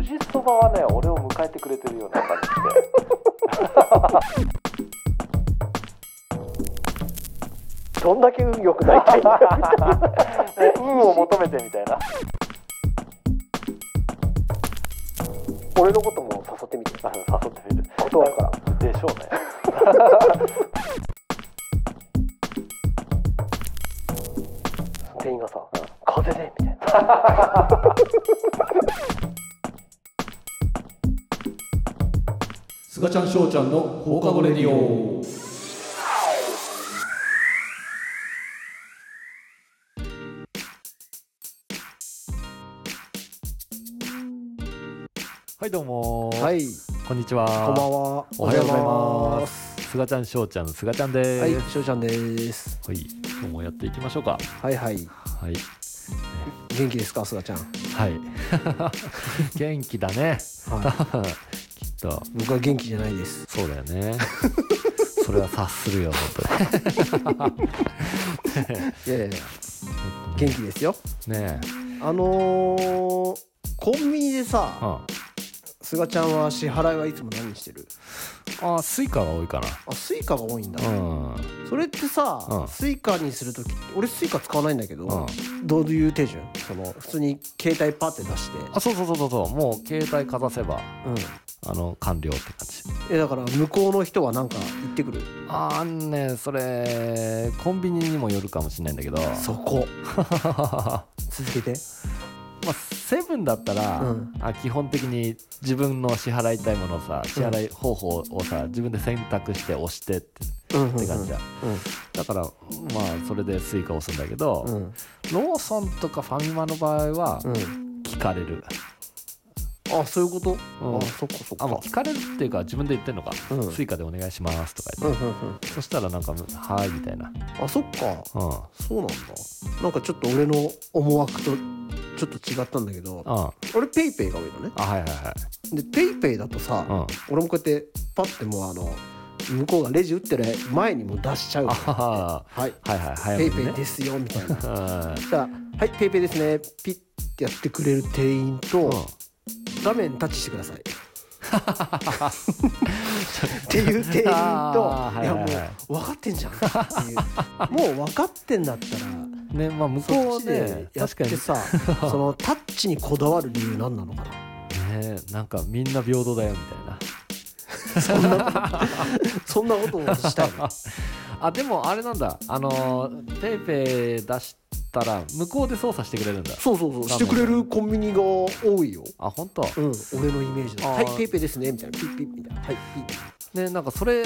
リスト側はね俺を迎えてくれてるような感じで。 どんだけ運良くないってえ 運を求めてみたいな俺のことも誘ってみてあの誘ってみる断るからでしょうね店員がさ「風邪で」みたいなすがちゃんしょうちゃんの放課後レディオはいどうも、はい、こんにちはこんばんは。おはおはよようございうございまますすすがちゃんしょうちゃんすがちゃんですははいい、、しょうちゃんです。今日もやっていきましょうかはいはい、はい元気ですか、すがちゃん。はい 元気だね はい、きっと僕は元気じゃないです。そうだよ ねそれは察するよ本いやいやいや、当に元気ですよ。ねえあのー、コンビニでさ、あすがちゃんは支払いはいつも何してる。あスイカが多いかあ、スイカが多いんだなう。ん、うん、それってうさ、んスイカにするとき、俺スイカ使わないんだけど、どういう手順？その普通に携帯パって出して、あそうそうそうそうそうもう携帯かざせばうん。あの完了って感じえだから向こうの人はなんか言ってくる。あーあんねそれコンビニにもよるかもしれないんだけどそこ 続 けて。まあ、セブンだったら、うんあ基本的に自分の支払いたいものをさ支払い方法をさ、自分で選択して押してってうんって感じだ、だからまあそれでスイカを押すんだけど、うんうんローソンとかファミマの場合はうん。聞かれる、あそういうこと、うんあそっかそっかあもう聞かれるっていうか自分で言ってんのか、うんスイカでお願いしますとかう言んっうんて、うんそしたらなんか「はい」みたいな、あそっかうんそうなんだなんかちょっと俺の思惑とちょっと違ったんだけどあ俺ペイペイが多いのねあはいはいはいでペイペイだとさ、うん俺もこうやってパッてもうあの向こうがレジ打ってる前にもう出しちゃうあかははらはい、はいはいペ早めイにペイねですよみたいなうんうんじゃあはいペイペイですねピッてやってくれる店員と、画面タッチしてくださ いっていう店員と、あーいやもはういはいはい分かってんじゃんっていうもう分かってんだったらねまあ向こうそはっちでねやっ確かにてさ そのタッチにこだわる理由何なのかなねえなんかみんな平等だよみたいなそんなことをしたいの あでもあれなんだあのーペイペイ出したら向こうで操作してくれるんだそうそうそうしてくれるコンビニが多いよあ本当うん、俺のイメージだとあーはいペイペイですねみたいなピッピッみたいなはいピッねなんかそれ、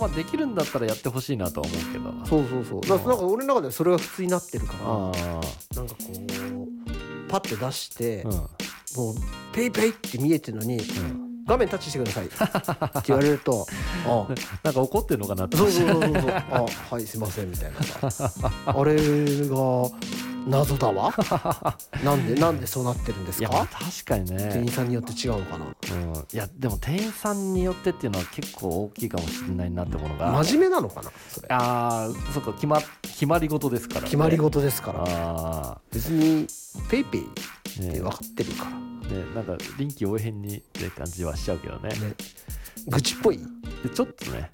まあ、できるんだったらやってほしいなとは思うけどそうそうそうだからなんか俺の中ではそれが普通になってるからあなんかこうパッて出して、あうんもうペイペイって見えてるのにうん画面タッチしてくだ さいって言われるとああなんか怒ってるのかなってそうそうそうそうそうあはいすいませんみた いなさあれが謎だわなん でなんでそうなってるんですいやまあか確かに店ね員、さんによって違うのかなうん、いやでも店員さんによってっていうのは結構大きいかもしれないなってものが真面目なのかなそれあーそっか決ま決まり事ですから、ね、決まり事ですからあ別にペイペイっあねて分かってるから、ね、なんか臨機応変にって感じはしちゃうけどねね、愚痴っぽいでちょっとね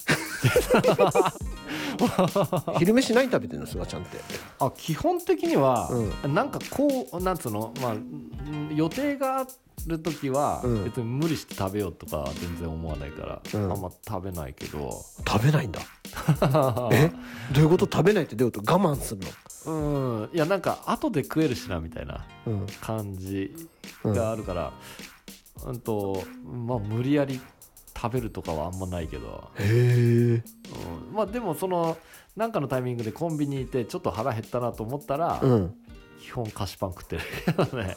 昼飯何食べてるのすがちゃんって あ基本的には、なんかこうなんつうの、まあ、ん予定がある時は、うん別に無理して食べようとかは全然思わないから、うんあんま食べないけ ど食べないんだえどういうこと食べないってどういうこと我慢するうんいやなんか後で食えるしなみたいなのうん感じうんがあるから、うんとまあ、無理やり食べるとかはあんまないけど、へえうんまあでもそのなんかのタイミングでコンビニ行ってちょっと腹減ったなと思ったら、うん基本菓子パン食ってるけどね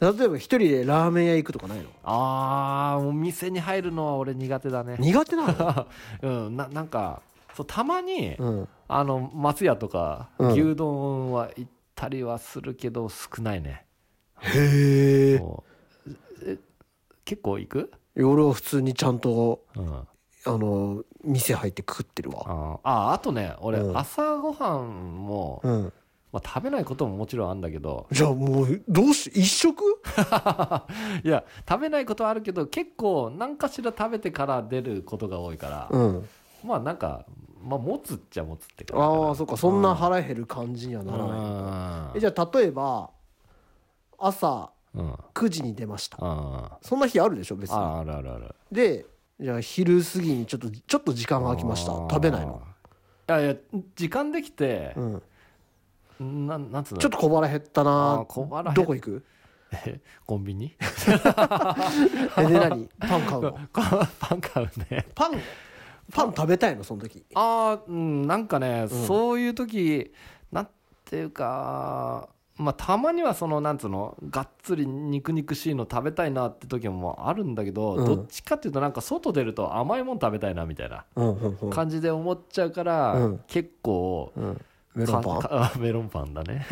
例えば一人でラーメン屋行くとかないのあーお店に入るのは俺苦手だね苦手なの うんななんかそうたまに、 うんあの松屋とか、うん牛丼は行ったりはするけど少ないねへえもうえ結構行く、俺は普通にちゃんとうん、ああの店入って食ってるわーあーあとね俺、うん朝ごはんもうんまあ、食べないことももちろんあるんだけどじゃあもうどうし一食いや食べないことはあるけど結構何かしら食べてから出ることが多いから、うんまあなんか、まあ、持つっちゃ持つって感じかなああそっかそんな腹減る感じにはならない、えじゃあ例えば朝うんうん9時に出ましたあそんな日あるでしょ別にああるあるあるでじゃあ昼過ぎにちょっとちょっと時間が空きましたあー食べないのいやいや時間できてう、んなん、なんつうのちょっと小腹減ったあーな小腹減っどこ行くコンビニ えで 何パン買うのパン買うねパンパン食べたいのその時ああうんなんかね、そういう時なんていうかまあたまにはそのなんつうのがっつり肉肉しいの食べたいなって時もあるんだけど、うんどっちかっていうとなんか外出ると甘いもん食べたいなみたいなうんうんうん感じで思っちゃうから、うん結構、うんメロンパンかかあメロンパンだね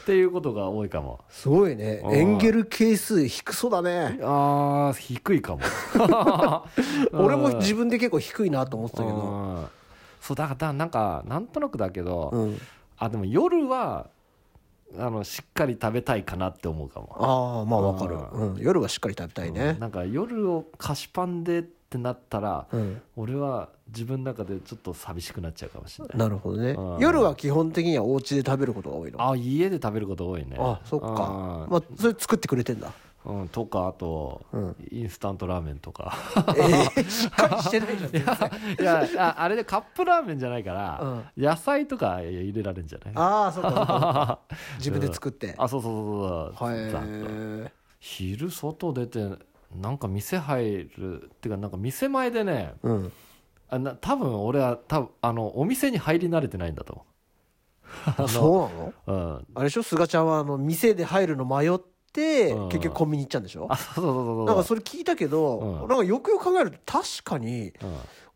っていうことが多いかもすごいねあーエンゲル係数低そうだねあー低いかも俺も自分で結構低いなと思ってたけどうんそうだからなんかなんとなくだけど、うんあでも夜はあのしっかり食べたいかなって思うかも、ああまあわかるあーうん夜はしっかり食べたいねなんか夜を菓子パンでってなったら、うん俺は自分の中でちょっと寂しくなっちゃうかもしれないなるほどねうん夜は基本的にはお家で食べることが多いのあ家で食べること多いねあそっかまあそれ作ってくれてんだあ、うん、とかあと、 うんインスタントラーメンと かえーしっかりしてないじゃん全然いやああれでカップラーメンじゃないから、野菜とか入れられるんじゃないああそっかそっかそっ か自分で作ってあそうそうそうそう、はざっとい昼外出てなんか店入るっていうかなんか店前でねうんあな多分俺は多分あのお店に入り慣れてないんだとそうなの思う、うん、 あれでしょ菅ちゃんはあの店で入るの迷ってうん結局コンビニ行っちゃうんでしょあそうそうそなうんそうかそれ聞いたけど、うんなんかよくよく考えると確かに、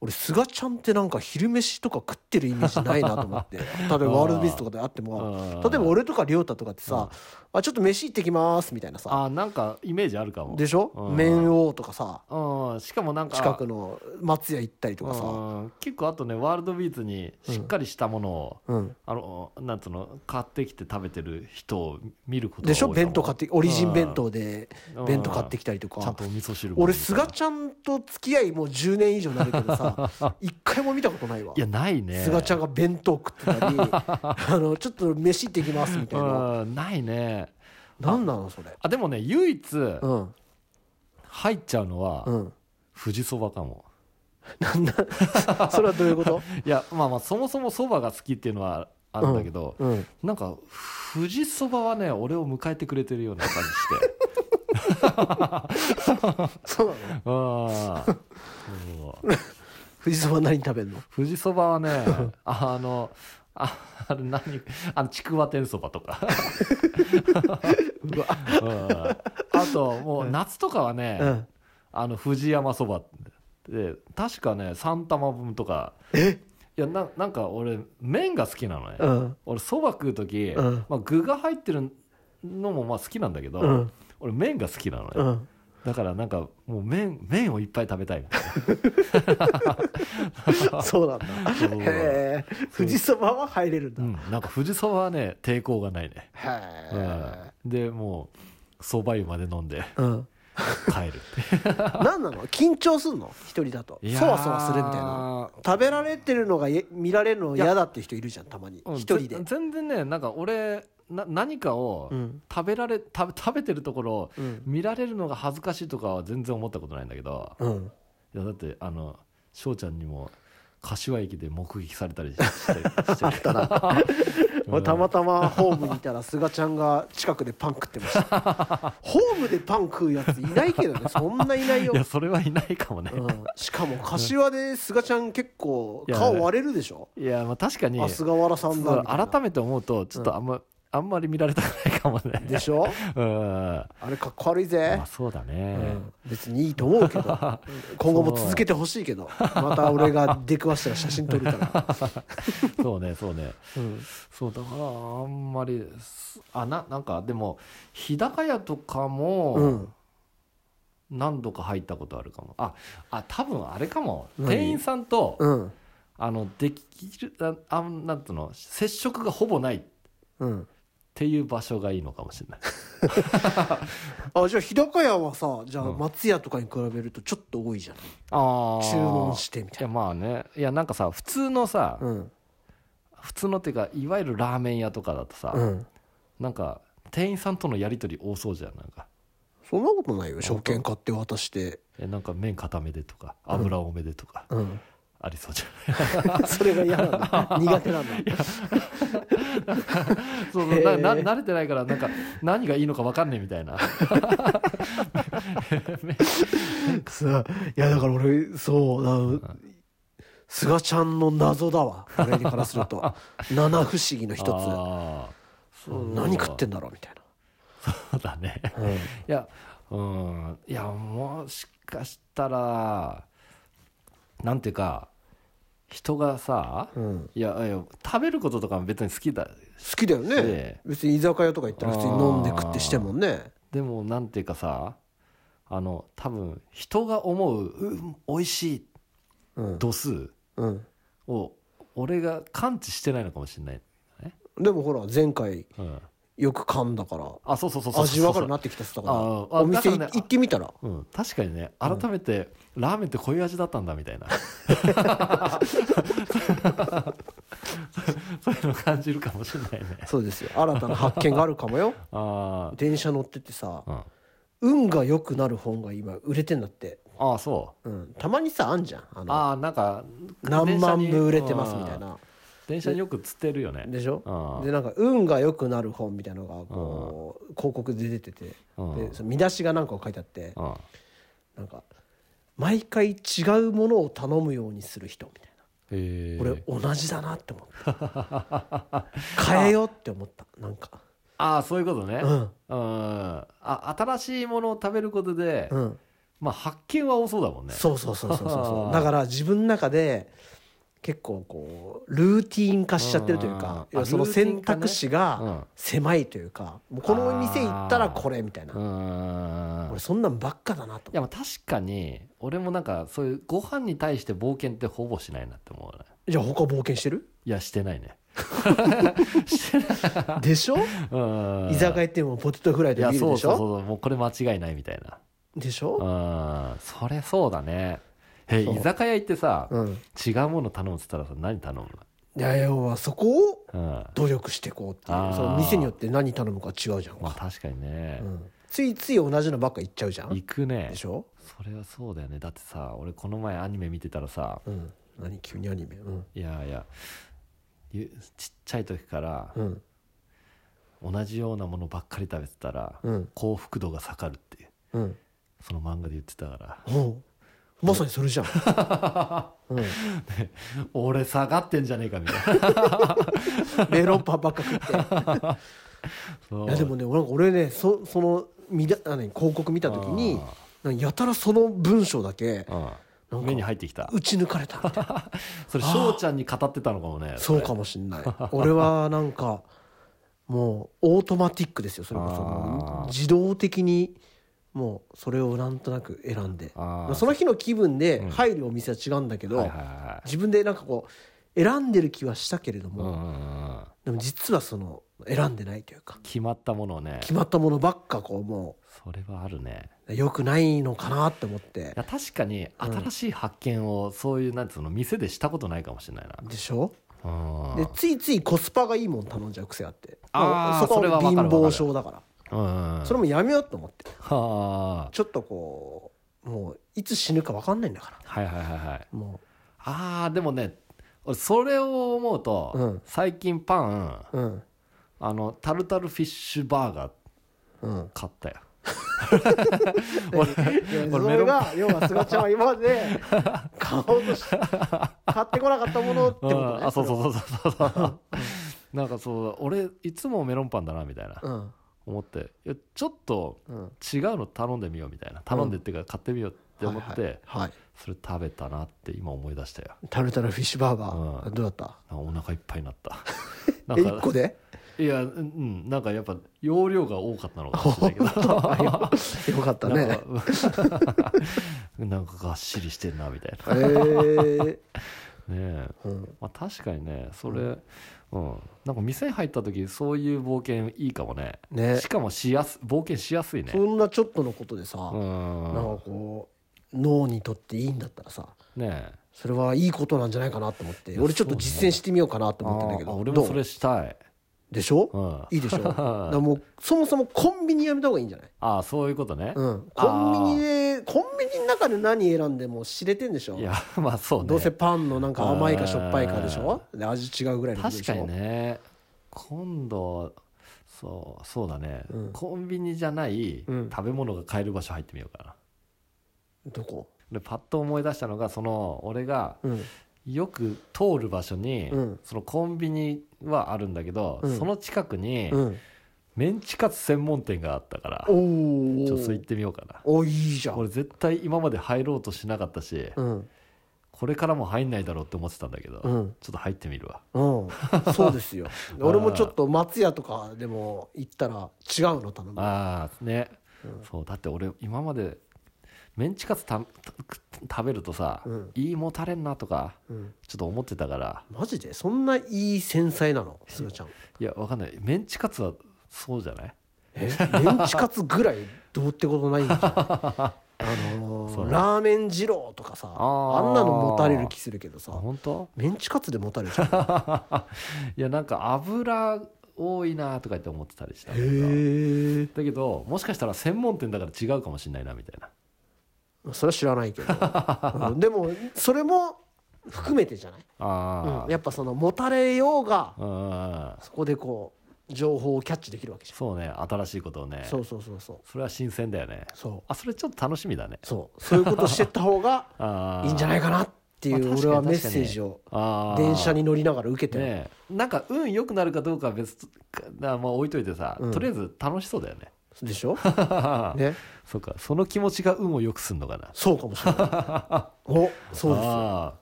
俺菅ちゃんってなんか昼飯とか食ってるイメージないなと思 って例えばワールドビースとかであってもう例んえば俺とか亮太とかってさ、あちょっと飯行ってきますみたいなさあなんかイメージあるかもでしょ、うん麺王とかさうんしかもなんか近くの松屋行ったりとかさ、うん結構あとねワールドビーツにしっかりしたものを、うん、あのなんつうの買ってきて食べてる人を見ることが多でいしかょも弁当買ってオリジン弁当でうん弁当買ってきたりとちゃんかとお味噌汁も俺菅ちゃんと付き合いもう10年以上になるけど さ一回も見たことないわいやないね菅ちゃんが弁当食って たりあのちょっと飯行ってきますみたいなうんないね何なのそれあでもね唯一うん入っちゃうのは、うん富士そばかもそれはどういうこと いやまあまあそもそもそばが好きっていうのはあるんだけど、うんなんか富士そばはね俺を迎えてくれてるような感じ してそうなのあーそう富士そば何食べんの富士そば はねあのああれ何あのちくわ天そばとかうんあともう夏とかはね、うんあの富士山そばで確かね3玉分とかいやななんか俺麺が好きなのね、うん俺そば食う時、んまあ、具が入ってるのもまあ好きなんだけど、うん俺麺が好きなのね、 うんだからなんかもう麺麺をいっぱい食べたいみたいなそうなんだそうへえ富士そばは入れるんうだん、なんか富士そばはね抵抗がないね、へうんでもうそば湯まで飲んでえうん帰るっ何なの緊張すんの一人だとて いやーそわそわするみたいな食べられてるのがえ見られるの嫌だっていう人いるじゃんたまにうん一人でぜ全然ねなんか俺な何かをうん食べられ、食べ食べてるところをうん見られるのが恥ずかしいとかは全然思ったことないんだけど、うんいやだってあの翔ちゃんにも柏駅で目撃されたりして してる 俺たまたまホームにいたら菅ちゃんが近くでパン食ってましたホームでパン食うやついないけどねそんないないよいやそれはいないかもね、うん、しかも柏で菅ちゃん結構顔割れるでしょいやまあ確かにあ菅原さんだみたいな改めて思うとちょっとあんま、あんまり見られたくないかもねでしょうんあれかっこ悪いまぜあ、そうだうね、ん、別にいいと思うけど 今後も続けてほしいけどまた俺が出くわしたら写真撮るから、そうねそうねうんそうだからあんまりすあななんかでも日高屋とかうもん何度か入ったことあるかもああ多分あれかも何店員さんとうんあのできるああなんつうの接触がほぼないっうんていう場所がいいのかもしれないあじゃあ日高屋はさじゃあうん松屋とかに比べるとちょっと多いじゃんああ注文してみいたいやまあねいやなんかさ普通のさ、なうん普通のっていうかいわゆるラーメン屋とかだとさ、うんなんか店員さんとのやり取り多そうじゃんなんかそんなことないよ証券買って渡してえなんか麺固めでとか油多めでとか、うんありそうじゃない それが嫌なんだ 苦手なんだ そうそうなな慣れてないからなんか何がいいのか分かんねえみたいなさいやだから俺そうあの菅ちゃんの謎だわ俺にからする と七不思議の一つあーそう何食ってんだろうみたいそうだねな、うんいやうんいやもしかしたらなんていうか人がさ、うんいやいや食べることとかも別に好きだ好きだよね、ええ別に居酒屋とか行ったら普通に飲んで食ってしてもんねでもなんていうかさあの多分人が思ううん美味しいうん、度数うん、を俺が感知してないのかもしれない、でもほら前回うん、よく噛んだからあそうそうそうそう味わかるななってきたっつったからあーあお店いだからね行ってみたらうん、確かにね改めて、ラーメンってこういう味だったんだみたい なそういうの感じるかもしれないねそうですよ新たな発見があるかもよあ電車乗っててさあ、うん、あ運が良くなる本が今売れてんだって、あそうん、たまにさあんじゃんあうのああなんか何万部売れてますみたいな電車によくつってるよねでしょうんでなんか運が良くなる本みたいなのがこう広告で出ててでうんその見出しがなんか書いてあってうんなんか毎回違うものを頼むようにする人みたいへえな俺同じだなって思った 変えようって思ったなんかああそういうことねうんあ新しいものを食べることで、うんまあ発見は多そうだもんねそうそうそうそうそうあそー うだから自分の中で結構こうルーティン化しちゃってるというかうんうんうんあそのルーティ選ン化ね択肢うがん狭いというかもうこの店行ったらこれみたいなうんうんうん俺そんなんばっかだなといやまあ確かに俺もなんかそういうご飯に対して冒険ってほぼしないなって思うねじゃあ他冒険して るいやしてないねでしょうん居酒屋行ってもポテトフライいとやビールでそうしそうょそうもうこれ間違いないみたいでしょなうんそれそうだねえそう居酒屋行ってさ、うん違うもの頼むっつったらさ何頼むいや要はそこをのうんま努力していこうっていあうーその店によって何頼むか違うじゃんあか、確かにね、うん、ついつい同じのばっか行っちゃうじゃん行くねでしょそれはそうだよねだってさ俺この前アニメ見てたらさうん何急にアニメうんいやいやゆちっちゃい時からうん同じようなものばっかり食べてたら、うん幸福度が下がるっていううんその漫画で言ってたからうんまさにそれじ ゃん、う俺下がってんじゃねえかみたいなん、メロンパンばっか食 って そういやでもね俺なんか俺ねそその見だあの広告見た時になんかやたらその文章だけうなんんか目に入ってきた打ち抜かれたみたいなそれ翔ちゃんに語ってたのかも ねそうれかもしんない俺はなんかもうオートマティックですよそれこそもあーう自動的にもうそれをなんとなく選んであまーあその日の気分でうん入るお店は違うんだけど、はいはいはい自分でなんかこう選んでる気はしたけれどうんうも、んうんでも実はその選んでないというか決まったものをね決まったものばっかこうもそれはあるねう良くないのかなって思っていや確かに新しい発見をそういうなんつうの店でしたことないかもしれないでしょなでついついコスパがいいもん頼んじゃう癖あってあそーこそれははわか貧るわかる乏症だからうんうんそれもやめようと思ってはあちょっとこうもういつ死ぬか分かんないんだからはいはいはいはいもあーでもね俺それを思うと、うん最近パンううんあのタルタルフィッシュバーガーうん買った よいや俺そメロれンパが要は菅ちゃんは今まで 買おうとし買ってこなかったものってこうとねんあそうそううそうそうそうそうなんかそう俺いつもメロンパンだなみたいな、うん思っていやちょっとうん違うの頼んでみようみたいな頼んでっていうか買ってみようって思って、はいはい、それ食べたなって今思い出したよタルタルフィッシュバーガー、うんどうだったなんかお腹いっぱいになった えなん1個かでいやうんなんかやっぱ容量が多かったのかもしれないけど よかったなんね かなんかがっしりしてんなみたいなえー、えうん、まあ、確かにねそれ、うんなんか店に入った時そういう冒険いいかもねねしかもしやす冒険しやすいねそんなちょっとのことでさ、うなんんかこう脳にとっていいんだったらさねえそれはいいことなんじゃないかなと思ってや俺ちょっと実践してみようかなと思ってんだけあどー俺もそどれしたいうでしょ、うんいいで しょだからもうそもそもコンビニやめた方がいいんじゃない、ああそういうことね、うん、コンビニでコンビニの中で何選んでも知れてんでしょいやまあそうねどうせパンのなんか甘いかしょっぱいかでしょで味違うぐらいのこと確でしょかにね今度そうそうだね、うんコンビニじゃないうん食べ物が買える場所入ってみようかな、どこでパッと思い出したのがその俺がうんよく通る場所に、うんそのコンビニはあるんだけど、うんその近くに、うんメンチカツ専門店があったからちょおおっとそう行ってみようかなおいいじゃん俺絶対今まで入ろうとしなかったし、うんこれからも入んないだろうって思ってたんだけど、うんちょっと入ってみるわうん、そうです よ俺もちょっと松屋とかでも行ったら違うの頼むああね、そうだって俺今までメンチカツたた食べるとさ、うんいいもたれんなとかうん、ちょっと思ってたからマジでそんないい繊細なのすがちゃんいやわかんないメンチカツはそうじゃないえメンチカツぐらいどうってことないん じゃないあのーそうラーメン二郎とかさあーあんなのもたれる気するけどあさ本当メンチカツでもたれ ちゃういやなんか油多いなとかって思ってたりしたんだけどへえだけどもしかしたら専門店だから違うかもしれないなみたいなそれは知らないけど、うんでもそれも含めてじゃない、あうんやっぱそのもたれようがあ、うん、うん、そこでこう情報をキャッチできるわけじそうね新しいことをねゃんそうそうそうそうそれは新鮮だよねそうあそれちょっと楽しみだねそうそういうことしてった方が ああいいんじゃないかなっていあう確かに俺はメッセージをああ電車に乗りながら受けてるねえなんか運良くなるかどうかは別とかなまあ置いといてさ、うんとりあえず楽しそうだよねで しょ、ね、そうかその気持ちが運を良くすんのかなそうかもしれない おそうですよああ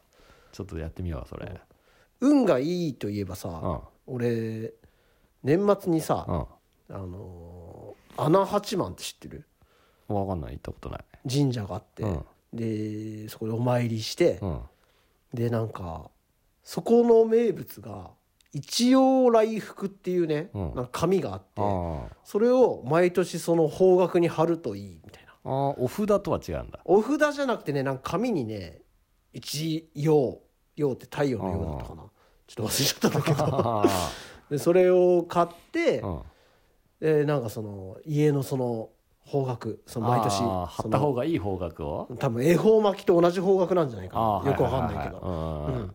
ちょっとやってみようそれ運がいいといえばうんうさん俺年末にさわあのー穴八幡って知ってるかんない行ったことない神社があって、うんでそこでお参りして、うんでなんかそこの名物が一応来福っていうね、うんなんか紙があってあそれを毎年その方角に貼るといいみたいなあああお札とは違 うんだお札じゃなくてねなんか紙にね一陽陽って太陽の陽だったかなちょっと忘れちゃったんだけどあ でそれを買ってあ、うん、でなんかその家のその方角その毎年ああ貼そった方のがいい方角を多分恵方巻きと同じ方角なんじゃないかああなよくわかんないけど、はははうん、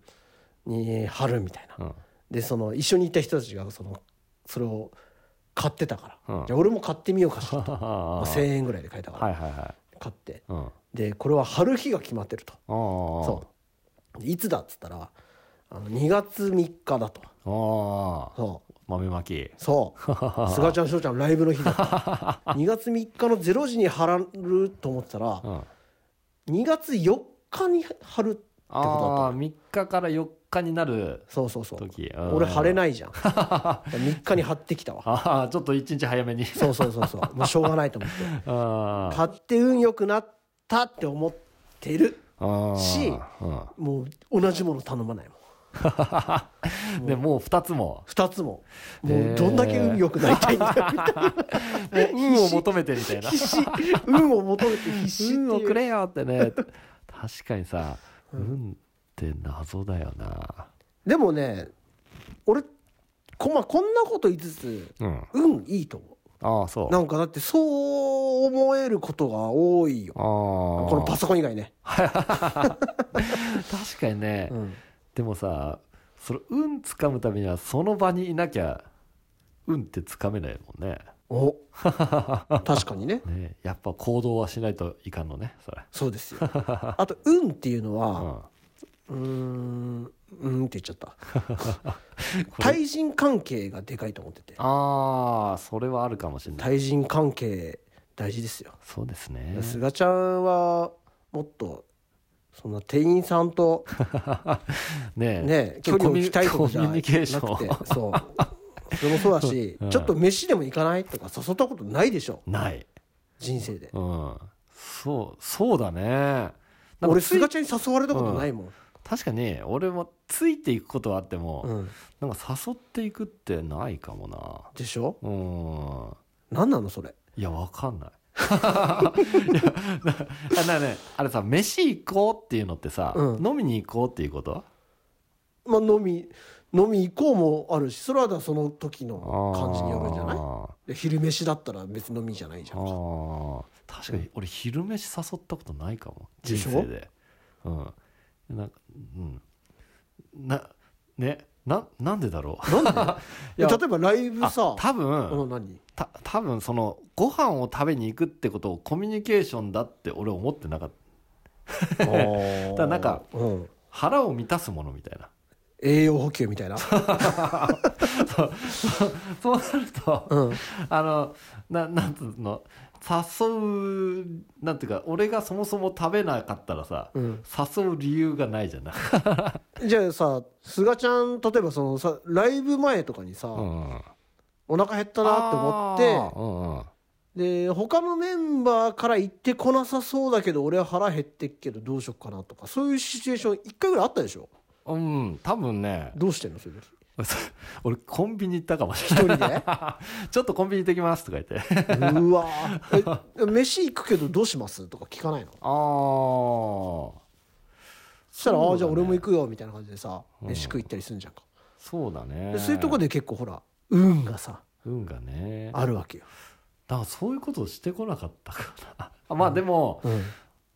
に貼るみたいなうんうんでその一緒にいた人たちがそのそれを買ってたから、うんじゃあ俺も買ってみようかしらと、 まああ、1,000円ぐらいで買えたから、はいはいはい買ってうんあでこれは貼る日が決まってるとあそそうでいつだっつったらあの2月3日だとうああそう豆まき そう菅ちゃん翔ちゃんライブの日だと2月3日の0時に貼らると思ってたらうん2月4日に貼るってことだったああの3日から4日になるそうそうそう時俺貼れいない じゃん3日に貼ってきたわああちょっと1日早 めにそうそうそうそうもうしょうがないと思ってあー貼って運良くなったって思ってるあーしもう同じもの頼まないもんうん、でもう2つも 2つもへもーうどんだけ運良くなりたいんだよ運を求めてみたい な必死運を求めて必死っていう運をくれよっ てね確かにさ、運って謎だよなでもね俺こ,、まあ、こんなこと言いつつうん運いいと思ああそううなんかだってそう思えることが多いよああこのパソコン以外ね、確かにね、うんでもさそれ運つかむためにはその場にいなきゃ運ってつかめないもんねお確かにねねやっぱ行動はしないといかんのねそれそうです よあと運っていうのうはんうーんうーんって言っちゃった これ対人関係がでかいと思っててああそれはあるかもしれない対人関係大事ですよそうですね菅ちゃんはもっとそんな店員さんとねえね、距離を置きたいとかじゃなコミくュてニケーショそうそれもそうだし、 うんちょっと飯でも行かないとか誘ったことないでしょンない人生でうんそうそうだねなんか俺つい菅ちゃんに誘われたことないもん、確かに俺もついていくことはあっても、うん、なんか誘っていくってないかもなでしょうーん何なのそれいやわか んない いやななね、あれさ飯行こうっていうのってさ、うん飲みに行こうっていうことまあ飲み飲み行こうもあるしそれはだからその時の感じによるんじゃないあで昼飯だったら別に飲みじゃないじゃんかー確かに俺昼飯誘ったことないかもで人しょ生でうんなんかうんなねななんでだろういでや例えばライブあさ多分、うん何た多分そのご飯を食べに行くってことをコミュニケーションだって俺思ってなかっだたからなんか、うん、腹を満たすものみたいな栄養補給みたいな、そうなるとうん、 あのななんつうの誘うなんていうか俺がそもそも食べなかったらさ、うん誘う理由がないじゃない、じゃあさ菅ちゃん例えばそのさライブ前とかにさ、うん、お腹減ったなって思ってで他のメンバーから言ってこなさそうだけど俺は腹減ってっけどどうしよっかなとかそういうシチュエーション一回ぐらいあったでしょうんうん、うん、多分ねどうしてんのそういう時俺コンビニ行ったかもし一れない人でちょっとコンビニ行ってきますとか言って うわーえ飯行くけどどうしますとか聞かないのああそしたら、そあうだねあじゃあ俺も行くよみたいな感じでさうん飯食い行ったりするんじゃんか、そうだねでそういうとこで結構ほら運がさ運がねあるわけよ、だからそういうことをしてこなかったかなあまあでも、うん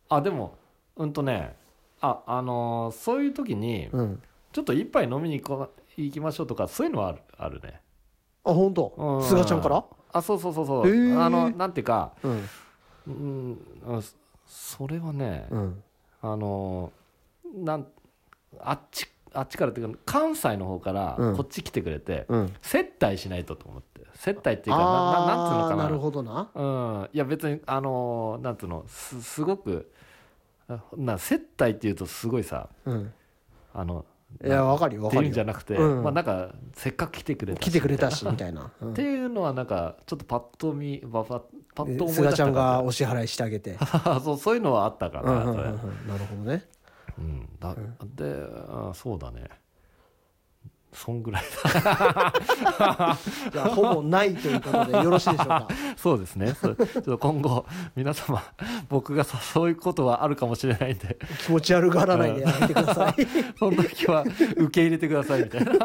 あでもうんとねああのーそういう時にうん、ちょっと一杯飲みに行こ行きましょうとかそういうのはあるあるねあ本う当ん菅ちゃんからあそうそうそうそう、へーあのなんていうかうんうんあそそれはね、うんあのーなんあっちあっちからっていうか関西の方からうんこっち来てくれて、うん接待しないとと思って接待っていうかなななんつうあのかあななるほどなうん、いや別にあのーなんつうのすすごくあな接待っていうとすごいさうんあのいやわかるよわってかいうんるじゃよなくて、うんまあなんかせっかく来てくれたし来てくれたしみたいな、うんっていうのはなんかちょっとパッと見ばばパッと思い出し菅たちゃんがお支払いしてあげ てが そうそういうのはあったかうんら、うんうんうそれんなるほどねうんだであそうだねそんぐらいじゃあほぼないという ことでよろしいでしょうか そうですね。そうちょっと今後、皆様、僕が誘うことはあるかもしれないんで、気持ち悪がらないでやめてくださ いその時は受け入れてくださいみた いな。い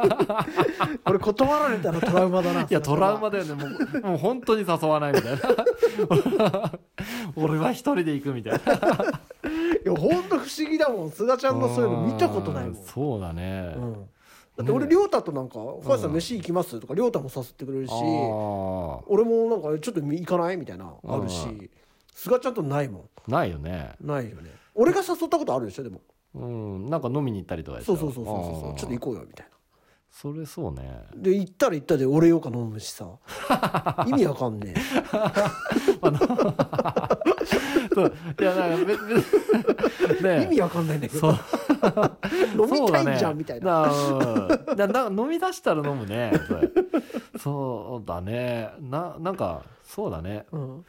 これ断られたらトラウマだないや、トラウマだよね。もう、もう本当に誘わないみたいな。 俺は一人で行くみたいな。いやほんと不思議だもん菅ちゃんのそういうの見たことないもん、うそうだね。ん、だって俺ね亮太となんか「お母さん飯行きます?」とか亮太も誘ってくれるしあー俺もなんか「ちょっと行かない?」みたいなあるうし菅ちゃんとないもないよね。んないよね俺が誘ったことあるでしょでもうん。なんか飲みに行ったりとかでしそょうそうそうそうそうちょっと行こうよみたいなそれそうね。で行ったら行ったで俺ようか飲むし さ意味わかんねえそういや、なんか別別、 ね意味わかんないんだけそど う飲みたいんじゃんみたいなそうだねなうんなな飲み出したら飲むねそれそうだねななんかそうだねうん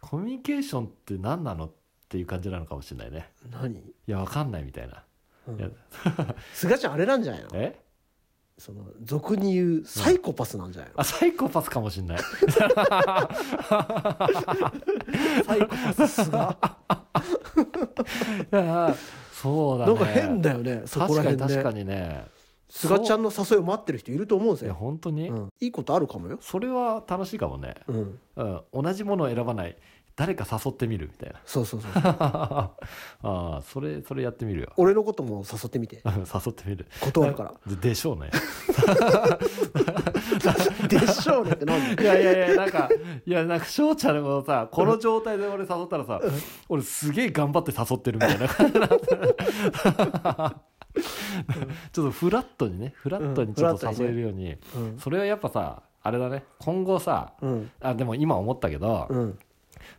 コミュニケーションって何なのっていう感じなのかもしれないね何いやわかんないみたいな、うんいや 菅ちゃんあれなんじゃないのえその俗に言うサイコパスなんじゃないのあサイコパスかもしれない サイコパス菅いやそう だなねんか変だよねそこ確らかに辺確かでにね菅ちゃんんの誘いを待ってる人いると思うんですいやよ、本当に、うんいいことあるかもよ、それは楽しいかもね、うん、うん、同じものを選ばない誰か誘ってみるみたいなそうそうそう そうああそれそれやってみるよ 俺のことも誘ってみてうん誘ってみる断るからででしょうねでしょうねってなん いでやいやいやなんかいやなんか翔ちゃんのさこの状態で俺誘ったらさ俺すげえ頑張って誘ってるみたいな感じになって ちょっとフラットにねフラットにちょっうんとフラットにね誘えるように、うんそれはやっぱさあれだね今後さうんあでも今思ったけど、うん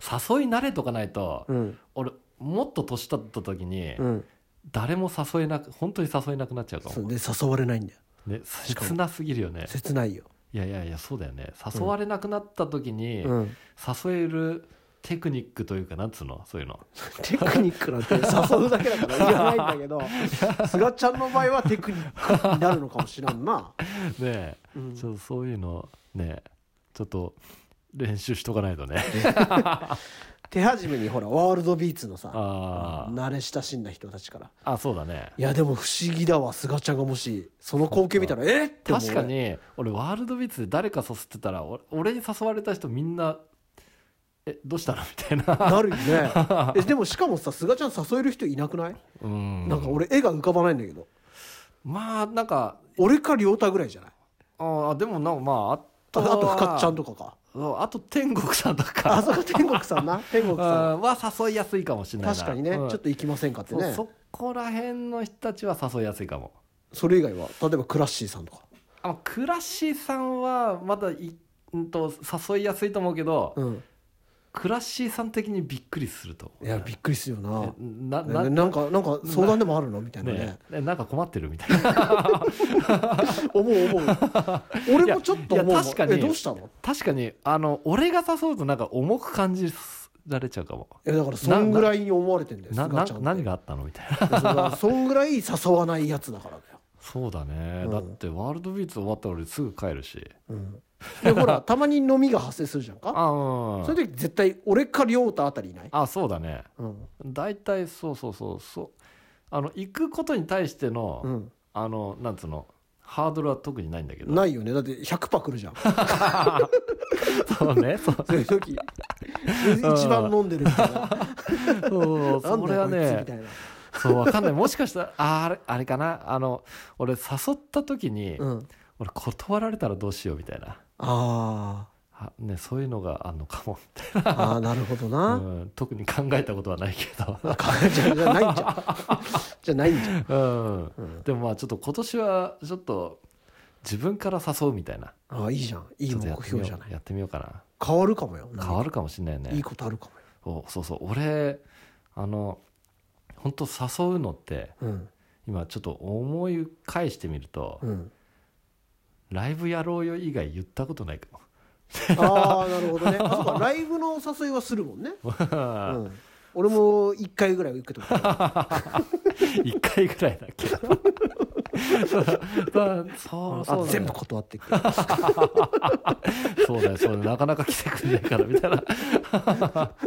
誘い慣れとかないと、うん俺もっと年取った時に、うん誰も誘えなく本当に誘えなくなっちゃうかそも、うで誘われないんだよね、切なすぎるよね切ないよ、いやいやいやそうだよね誘われなくなった時にうん、誘えるテクニックというかなんつうのそういうのテクニックなんて誘うだけだからいらないんだけど菅ちゃんの場合はテクニックになるのかもしらんな、ねえうんちょっとそういうのねちょっと練習しとかない とね手始めにほらワールドビーツのさあー慣れ親しんだ人たちからあそうだねいやでも不思議だわ菅ちゃんがもしその光景見たらえっって思う確かに俺ワールドビーツで誰か誘ってたら俺俺に誘われた人みんなえどうしたのみたいななるよねえでもしかもさ菅ちゃん誘える人いなくない、 うんなんか俺絵が浮かばないんだけどまあなんか俺か亮太ぐらいじゃないあーでもなんかまあああとはと深っちゃんとかかうんあと天国さんとかあそこ天国さんな 天国さんうんは誘いやすいかもしれないな確かにね、うんちょっと行きませんかってそうねそこら辺の人たちは誘いやすいかもそれ以外は例えばクラッシーさんとか、あのクラッシーさんはまだいんと誘いやすいと思うけど、うん、クラッシーさん的にびっくりすると思ういやびっくりするよな、えなねなねねなんかなんか相談でもあるのみたいなねえなんか困ってるみた いな思う思う 俺もちょっと思ういもやん確かにえどうしたの確かにあの俺が誘うとなんか重く感じられちゃうかもいやだからそんぐらいに思われてんだよな菅なちゃんって何があったのみたいな それがそんぐらい誘わないやつだからだよ、そうだね、うんだってワールドビーツ終わったら俺すぐ帰るしうん、でほらたまに飲みが発生するじゃんかあうんそれで絶対俺か亮太あたりいない、あそうだねうん大体そうそうそうそうあの行くことに対しての、うん、あのなんつうのハードルは特にないんだけどないよねだって100パ来るじゃんそうねそうそういう 時一番飲んでるみたいな そうなそんだれよはこいつみねたいな、そうわかんないもしかしたらああれあれかなあの俺誘った時に、うん、俺断られたらどうしようみたいなああ、ね、そういうのがあんのかもみーあーなるほどたいな、な、うん、特に考えたことはないけど、あか じゃあじゃあないんじゃん じゃあないんじゃんうん うんでもまあちょっと今年はちょっと自分から誘うみたいなああいいじゃんいいちょっと目標じゃないやってみようやってみよ変わるかもようかな変わるかもしれないよなねんかいいことあるかもおそうそう俺あの本当誘うのってよ今ちょっと思い返してみると、うんうんライブやろうよ以外言ったことないかもああなるほどねあそうかライブのお誘いはするもんね、うん、俺も1回ぐらいは行くとか 一回ぐらいだけどまあそうそうだあね全部断ってくるそうだよそうだよなかなか来てくれないからみたいな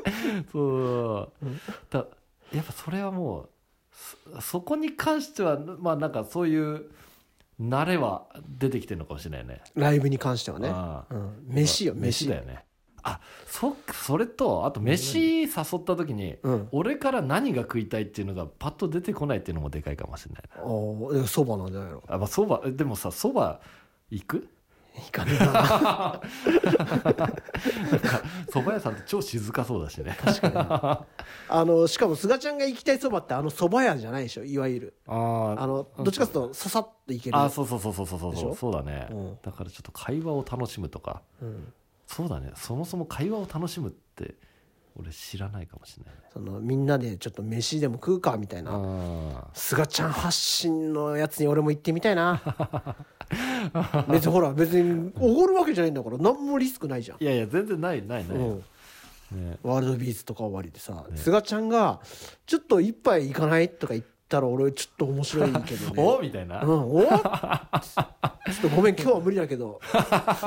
そうだやっぱそれはもうそそこに関してはまあなんかそういう慣れは出てきてるのかもしれないねライブに関してはね、ああうん、飯よ飯飯だよねあそそれとあと飯誘った時に、うん俺から何が食いたいっていうのがパッと出てこないっていうのもでかいかもしれないなおーえそばなんじゃないのあまあそばでもさそば行く行かねえなそば屋さんって超静かそうだしね あのしかも菅ちゃんが行きたいそばってあのそば屋じゃないでしょいわゆるあ ーあのどっちかっていうとささっと行けるあそうそうそうそうそうそうでしそょうそうだね、うんだからちょっと会話を楽しむとかうん、そうだねそもそも会話を楽しむって俺知らないかもしれないねそのみんなでちょっと飯でも食うかみたいなあ菅ちゃん発信のやつに俺も行ってみたいな別にほら別におごるわけじゃないんだから何もリスクないじゃんー、いやいや全然ないないない、うん、ねワールドビーズとか終わりでさ、菅ちゃんが「ちょっと一杯行かない?」とか言ったら俺ちょっと面白いけどね おみたいな、うん、おちょっとごめん今日は無理だけど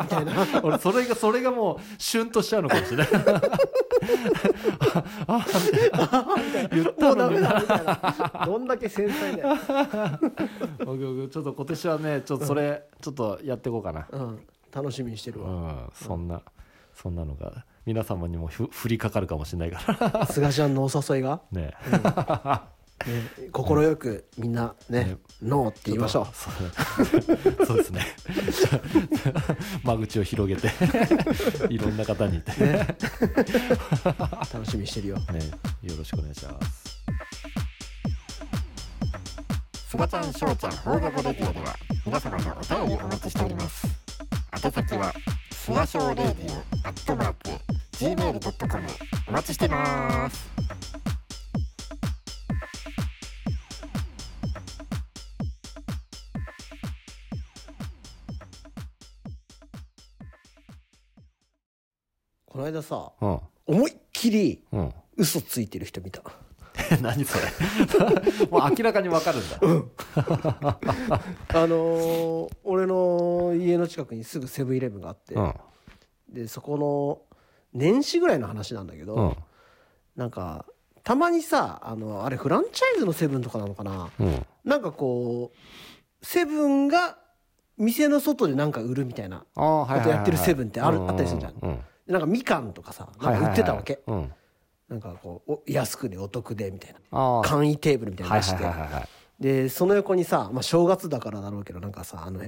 みたいな 俺それがそれがもうシュンとしちゃうのかもしれないああ言っもたうダのにメなだみたい などんだけ繊細だよ、おぎおぎちょっと今年はねちょっとそれちょっとやっていこうかなうん、楽しみにしてるうわんそんなそんなのが皆様にもふ降りかかるかもしれないから菅ちゃんのお誘いが、ねね、心よくみんなねね「ノー」って言いましょうそうそうですね間口を広げていろんな方にね楽しみにしてるよねよろしくお願いしますすがちゃん、しょうちゃん、放課後レディオでは、皆様のお便りをお待ちしております。宛先は、すがしょうレディオ、アットマーク、gmail.com、お待ちしてます。この間さうん思いっききりうん。嘘ついてる人見た何それ。もう明らかにわかるんだ。あのー俺の家の近くにすぐセブンイレブンがあって、うん。でそこの年始ぐらいの話なんだけど、うん。なんかたまにさあのあれフランチャイズのセブンとかなのかなうん。なんかこうセブンが店の外でなんか売るみたいなああ、はいはいはいはい。あとやってるセブンってあるうあったりするじゃんううん。でなんかみかんとかさなはいはんいはかい売ってたわけ、うん。なんかこうお安くでお得でみたいなああ。簡易テーブルみたいなはのい出しはて、いはいはいはい。でその横にさ、まあ、正月だからだろうけどなんかさあの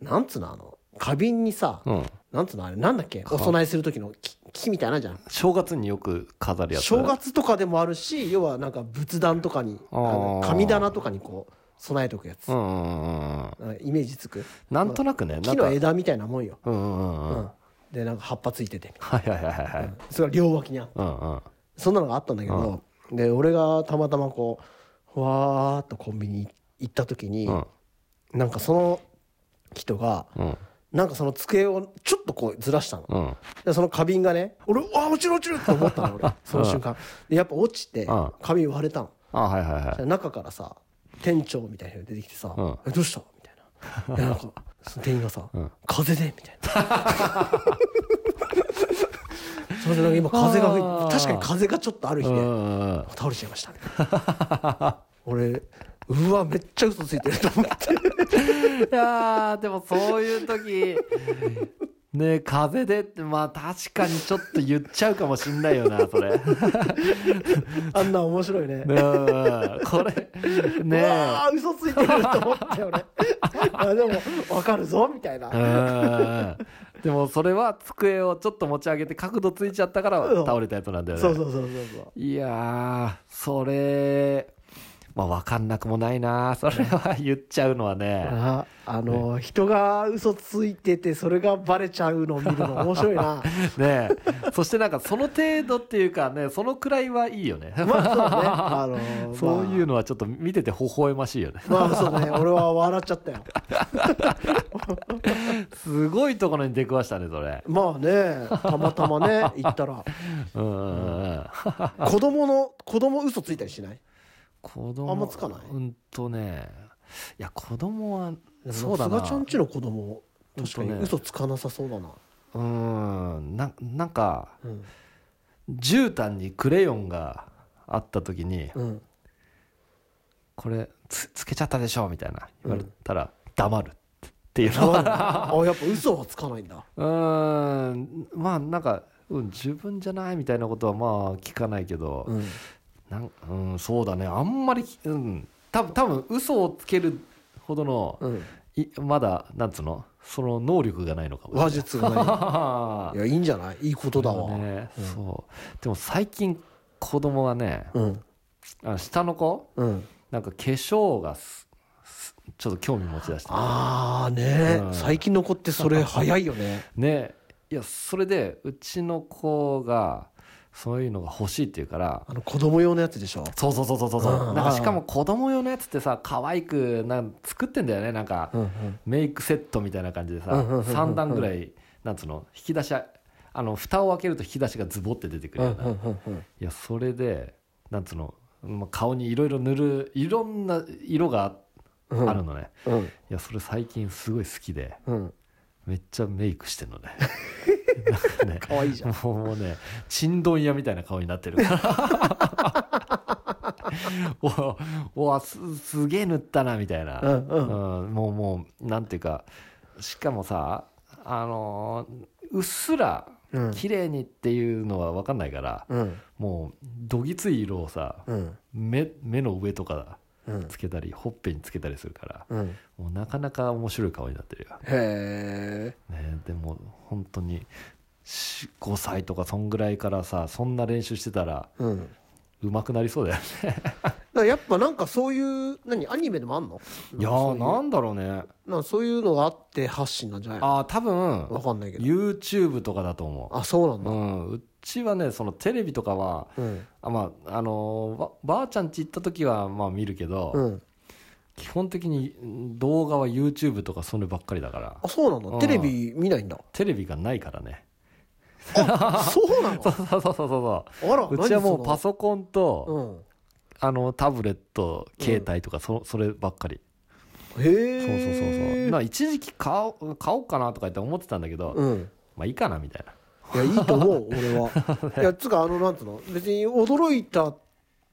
なんつうのあの花瓶にさ、うん。なんつうのあれなんだっけお供えする時の木木みたいなのあるじゃん正月によく飾るやつ。正月とかでもあるし要はなんか仏壇とかにああーの神棚とかにこう備えとくやつ、うんうんうんうん。なんかイメージつくなんとなくね、な木んか。のうん枝みたいなもんよ、うんうんう。うんんでなんか葉っぱついててはいはいはいはい。それが両脇にあってうんうん。そんなのがあったんだけど、で俺がたまたまこうふわーっとコンビニ行った時に、うんなんかその人がうんなんかその机をちょっとこうずらしたの、うん。でその花瓶がね俺うわ落ちる落ちるって思ったの俺その瞬間でやっぱ落ちてうん花瓶割れたのああ、はいはいはい。中からさ店長みたいな人が出てきてさ「うんえどうした?」みたいないやなんかその店員がさ「風邪で」みたいな 「それでなんか今風があー吹い確かに風がちょっとある日うんうでんうん。倒れちゃいました」みたい な俺うわめっちゃ嘘ついてると思 っていやーでもそういう時 ね風邪でってまあ確かにちょっと言っちゃうかもしんないよな それあんな面白いねうんこれねうわー嘘ついてると思って 俺あでも分かるぞみたいなうんでもそれは机をちょっと持ち上げて角度ついちゃったからうん倒れたやつなんだよねそうそうそうそうそういやーそれまあ分かんなくもないな それは言っちゃうのはねああの、人が嘘ついててそれがバレちゃうのを見るの面白い なねそしてなんかその程度っていうかねそのくらいはいいよねまあそうねあのそういううのはちょっと見てて微笑ま しいよね。まあ、まあそうね俺は笑っちゃったよすごいところに出くわしたね、それ。まあねたまたま ね行ったらうんうんうんうん。子供の子供嘘ついたりしない子供あんまつかないうんとね。いや、子供は、そうだな。菅ちゃんちの子供確かにほんとね嘘つかなさそうだな、うん。な、なんか、うん絨毯にクレヨンがあった時に、うん、これつ、つけちゃったでしょみたいな言われたら、黙るっていうのは。あやっぱ嘘はつかないんだうん。まあ、なんか、うん、自分じゃないみたいなことはまあ聞かないけど、うんなんうん、そうだねあんまり、うん、多分多分嘘をつけるほどの、うんいまだなんつうのその能力がないのかも話 しれ術がなないい いやいいんじゃないいいことだわ、ねそうでも最近子供はねうんあの下の子うんなんか化粧がすすちょっと興味持ち出してああね、うん最近の子ってそれ早いよ ねねいやそれでうちの子がそういうのが欲しいって言うからあの子供用のやつでしょそうそうそうそうそう、うんなんかしかも子供用のやつってさ可愛くなん作ってんだよねなんか、うんうんメイクセットみたいな感じでさ、うんうんうんうん3段ぐらいなんつうの引き出しああの蓋を開けると引き出しがズボって出てくるような、いやそれでなんつうの、まあ、顔にいろいろ塗るいろんな色があうんあるのね、うんいやそれ最近すごい好きでうんめっちゃメイクして んのねなんかね可愛いじゃんもうもうねちんどん屋みたいな顔になっ てるからおおわすすげえ塗ったなみたいな、うんううんもうもうなんていうかしかもさあのーうっすらうん綺麗にっていうのは分かんないから、うんもうどぎつい色をさ、うん目目の上とかうんつけたり、ほっぺにつけたりするから、うんもうなかなか面白い顔になってるよ、へえね、でも本当にし5歳とかそんぐらいからさそんな練習してたらうんだか上手くなりそうだよね、らやっぱなんかそういう何アニメでもあんのいやーなんだろうねなんかそういうのがあって発信なんじゃないのああ多分わかんないけど YouTube とかだと思うあそうなんうだん、うちはねそのテレビとかはうんあまああのーばばあちゃんち行った時はまあ見るけど、うん基本的にうん動画は YouTube とかそればっかりだからあそうなうんだん テレビ見ないんだテレビがないからねあそうなのそうそうそうそうそあらううちはもう何パソコンと、そのあのタブレット携帯とか、そそればっかりうんそうそうそうそうへえまあ一時期買おう買おうかなとか言って思ってたんだけど、うんまあいいかなみたいないやいいと思う 俺 はいやつうかあのなんつうの別に驚いたっ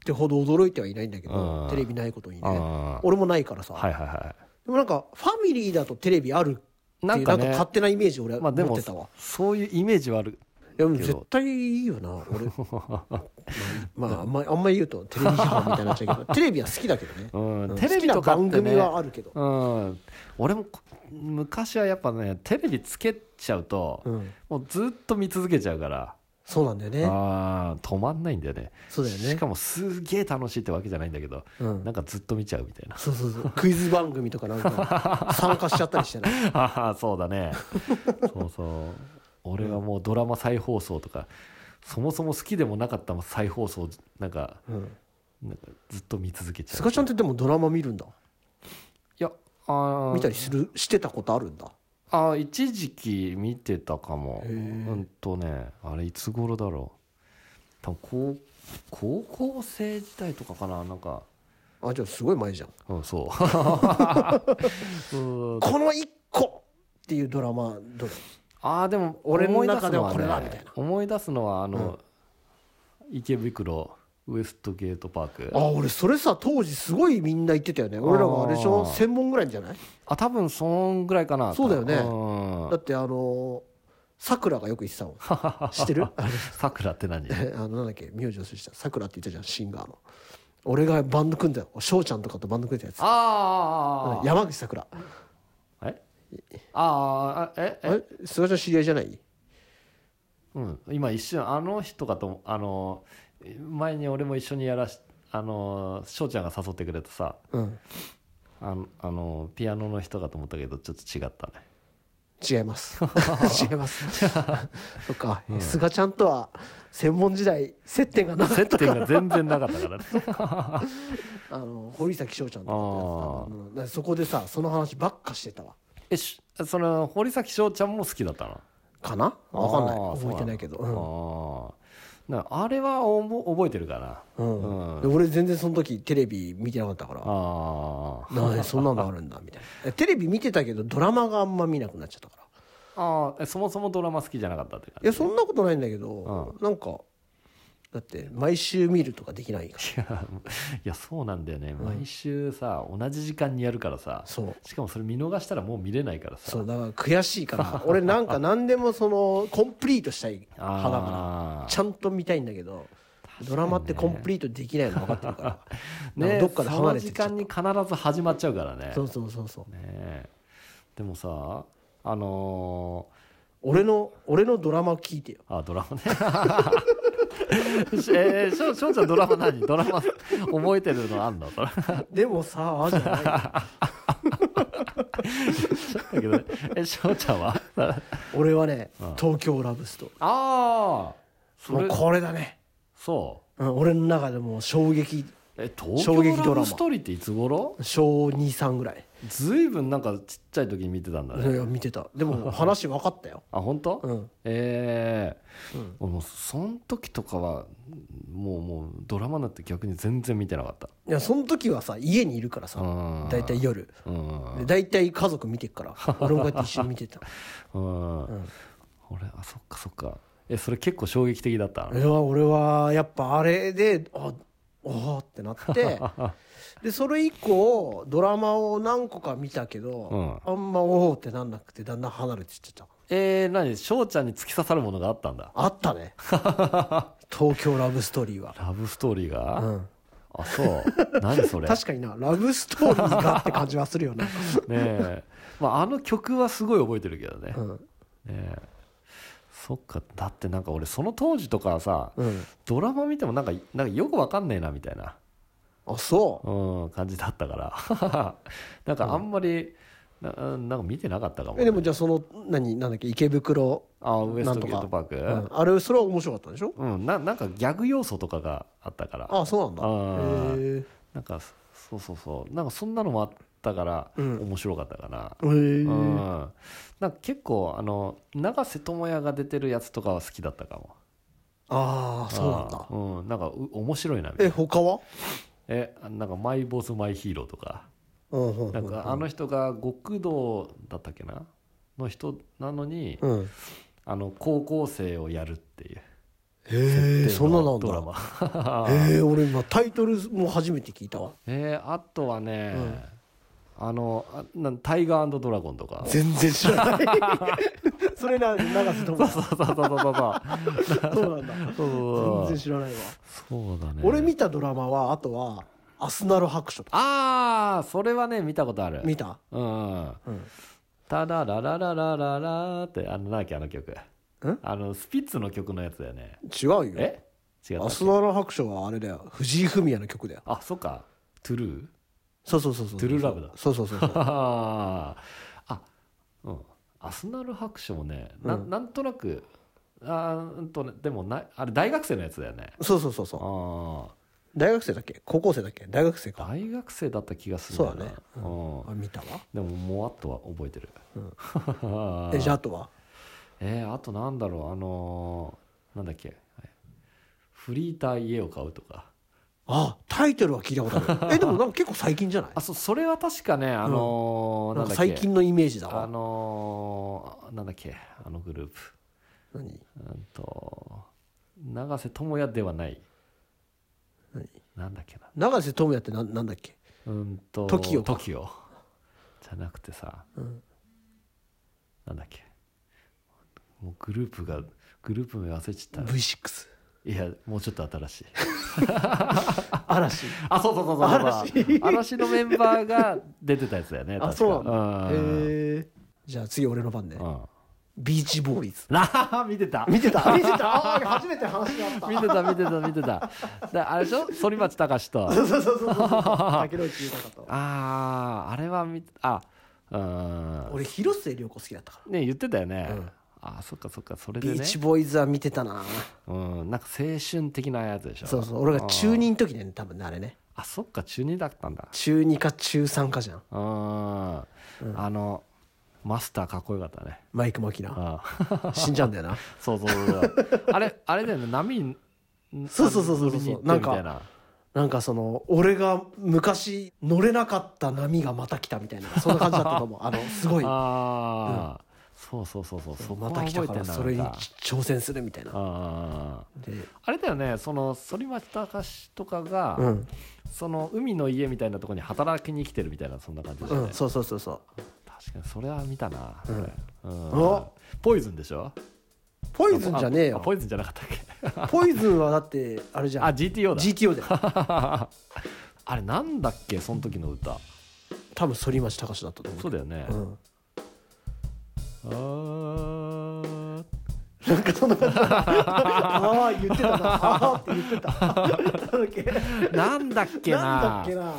てほど驚いてはいないんだけうどんテレビないことにねあ俺もないからさ、あはいはいはでもなんかファミリーだとテレビあるっていういななんんか,、かね勝手なイメージ俺はまあで持っもてたわ、そういうイメージはあるいやもうけど絶対いいよな 俺まああんまりあんまり言うとテレビ批判みたいになっちゃうけ どテレビは好きだけどね、うんうんテレビとかって、ね、好きな番組はあるけど、うん、俺もこ昔はやっぱねテレビつけちゃうと、うん、もうずっと見続けちゃうからそうなんだよねあー止まんないんだよねそうだよしねか、もすげえ楽しいってわけじゃないんだけど、うんなんかずっと見ちゃうみたいなそうそうそうクイズ番組とかなん か参加しちゃったりしてないああそうだねそうそう俺はもうドラマ再放送とかそもそも好きでもなかった再放送なんかうんなんかずっと見続けちゃスうカちゃんってでもドラマ見るんだいやあー見たりするしてたことあるんだあー一時期見てたかもへうーんとねあれいつ頃だろう多分高高校生時代とかかななんかあじゃあすごい前じゃんうんそううん この一個っていうドラマどれああでも俺の思い出中すでのははこれだみたいねな思い出すのはあの、池袋ウエストゲートパークああ俺それさ当時すごいみんな言ってたよね俺らがあれでしょあー専門ぐらいんじゃない多分そんぐらいかなそうだよねだねってあのさくらがよく言ってたも ん知ってる あさくらっ て何のあのなんだっけ名字忘れしたさくらって言ったじゃんシンガーの俺がバンド組んだよ翔ちゃんとかとバンド組んでたやあつー山口さくらえあーあえええ菅ちゃん知り合いじゃないうん今一瞬あの人かと思あの前に俺も一緒にやらしあの翔ちゃんが誘ってくれたさうんあのあのピアノの人かと思ったけどちょっと違ったね違います 違いますそっか菅、ちゃんとは専門時代接点がなかっ接た点が全然なかったからねあの堀崎翔ちゃんとかってやつだったのそこでさその話ばっかしてたわえしその堀崎翔ちゃんも好きだったのかな分かんないあー覚えてないけどそうなのあーなあれはおぼ覚えてるかうなんうんで俺全然その時テレビ見てなかったからあーなんでそんなのあるんだみたい なテレビ見てたけどドラマがあんま見なくなっちゃったからあーえそもそもドラマ好きじゃなかったって感いやそんなことないんだけど、なんかだって毎週見るとかできないからじいやいやそうなんだよね、毎週さ同じ時間にやるからさそうしかもそれ見逃したらもう見れないからさそうだから悔しいから 俺なんか何でもそのコンプリートしたい派だかあーらちゃんと見たいんだけどドラマってコンプリートできないの分かってるからなん ねかどっかで離れてっちゃそっの時間に必ず始まっちゃうからねたそうそうそうそうねえでもさあのー俺の俺のドラマを聞い てよあドラマね。えー、しょしょうちゃんドラマ何ドラマ覚えてるのあんのそれでもさあじゃないだけどねえしょうちゃんは俺は ね「東京ラブストーリああー」そもれうこれだね、そうん、俺の中でもう衝撃うえ東衝撃ドラ京マラブストーリーっていつ頃小23ぐらいずいぶんなんかちっちゃい時に見てたんだいねや見てたでも話分かったよあ本当、うんええー俺もうそん時とかはもうもうドラマなんて逆に全然見てなかったいやその時はさ家にいるからさうん大体夜うんで大体家族見てっから 俺もこうやって一緒に見てたうん、俺あそっかそっかえそれ結構衝撃的だったの俺は俺はやっぱあれでああってなって でそれ以降ドラマを何個か見たけど、あんまおおってなんなくてだんだん離れていっちゃったえー、何翔ちゃんに突き刺さるものがあったんだあった ね東京ラブストーリーは、ラブストーリーが、うん、あそう何 それ確かになラブストーリーがって感じはする よね、ねえ、まあ、あの曲はすごい覚えてるけどね,、うねんえそっかだってなんか俺その当時とかはさ、うん、ドラマ見てもなんかなんかよくわかんねえなみたいな、あそううん、感じだったから なんかあんまり、ななんか見てなかったかも、えでもじゃあその何なんだっけ池袋、あウエストゲなーんとトパーかクうん、あれそれは面白かったでしょうん、ななんかギャグ要素とかがあったからあそうなんだあへーえなんかそそうそうそうなんかそんなのもあったからうん面白かったかな、えうーんなんか結構あの永瀬智也が出てるやつとかは好きだったかもああそうなんだあーうんなんかう面白いなみたいえな他はえなんかマイボスマイヒーローとかうんうんうんなんかあの人が極道だったっけなの人なのに、うんへあの高校生をやるっていうえそんななんドラだマへえ俺今タイトルも初めて聞いたわえーあとはね、あのあなんタイガードラゴンとか全然知らない それな長瀬智そうそうそうそうそう 也そうなんだそう全然知らないわそうだね俺見たドラマはあとは「アスナル白書」とかああそれはね見たことある見たうん、ただららららららーってあのなんだっけあの曲あのスピッツの曲のやつだよね違うよえ違ったアっスけナル白書はあれだよ藤井フミヤの曲だよあそっかトゥルーそうそうそうそうトゥルーラブだそうそうそうそうあーあうんアスナル白書もねな,、ん、なんとなくあーうんとねでもなあれ大学生のやつだよねそうそうそうそうああ大学生だっけ高校生だっけ大学生か大学生だった気がするんそうだねうあん見たわでももわっとは覚えてる、 えじゃああとはえーあとなんだろうあのーなんだっけフリーター家を買うとかあタイトルは聞いたことあ るえでもなんか結構最近じゃないあそうそれは確かねあのーななんんだかっけ最近のイメージだあわのーなんだっけあのグループ何うんと永瀬智也ではない何なんだっけな永瀬智也ってなんなんだっけうんと TOKIO か TOKIO じゃなくてさ、なんだっけもうグループがグループ名忘れちゃった V6 いやもうちょっと新しい 嵐あそうそうそうそう嵐 嵐のメンバーが出てたやつだよねあ確かそうなんだうんへえじゃあ次俺の番ねうんビーチボーイズなあ見てた見てた見てた あー初めて話になった 見てた見てた見てたであれでしょ反町隆史と そうそうそうそうそう竹野内豊と あああれは見てあうん俺広末涼子好きだったからね言ってたよね、あそっかそっかそれでビねーチボーイズは見てたなうんなんか青春的なやつでしょそうそう俺が中2の時ね多分ねあれねあそっか中二だったんだ中2か中3かじゃんうん、あのマスターかっこよかったねマイク・マキナあ死んじゃうんだよな そうそうそうそうあれあれだよね波にんそうそうそうそうそう乗りに行ってみたいなんなんかその俺が昔乗れなかった波がまた来たみたいなそんな感じだったと思うあのすごいああ、そうそうそうそうそこまはた来た覚えかてらんだそれになんか挑戦するみたいなあーであれだよねその反町隆史とかが、うん、その海の家みたいなところに働きに来てるみたいなそんな感じだうよね、ん、そうそうそうそう確かにそれは見たな、うんおポイズンでしょポイズンじゃねえあよポイズンじゃなかったっけポイズンはだってあれじゃんあ GTO だ GTO であれなんだっけその時の歌多分反町隆史だったと思うそうだよね、うんあーなんかそんな 感じああ言ってたなああって言ってたなんだっけなんだっけななんだっけな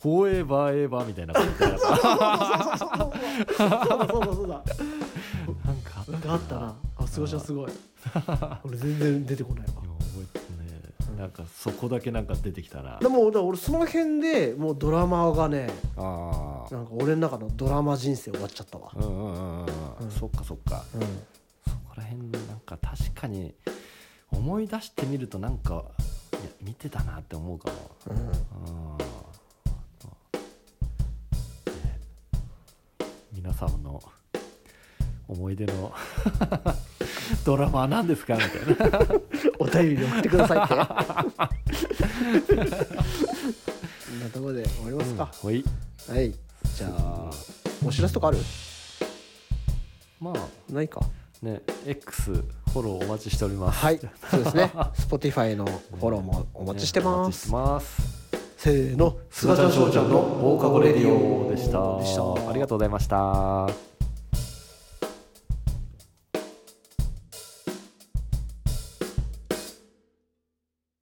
フォーエバーエバーみたいな感じだったそうだそうだそうだなんかあったなんかあったなあすごいすごい俺全然出てこないわいや覚えてねなんかそこだけなんか出てきたなでもだから俺その辺でもうドラマがねああなんか俺の中のドラマ人生終わっちゃったわうんうんうんうん、うん、そっかそっかうんそこら辺なんか確かに思い出してみるとなんかいや見てたなって思うかもうんうんね皆さんの思い出の ドラマは何ですかみたいなお便りで送ってくださいってそんなところで終わりますか、ほいはいじゃあお知らせとかあるまあないかね X フォローお待ちしておりますはいそうですね Spotify のフォローもお待ちしておま待ちしてすますせーのすがちゃんしょうちゃんの放課後レディオでしたでしたありがとうございました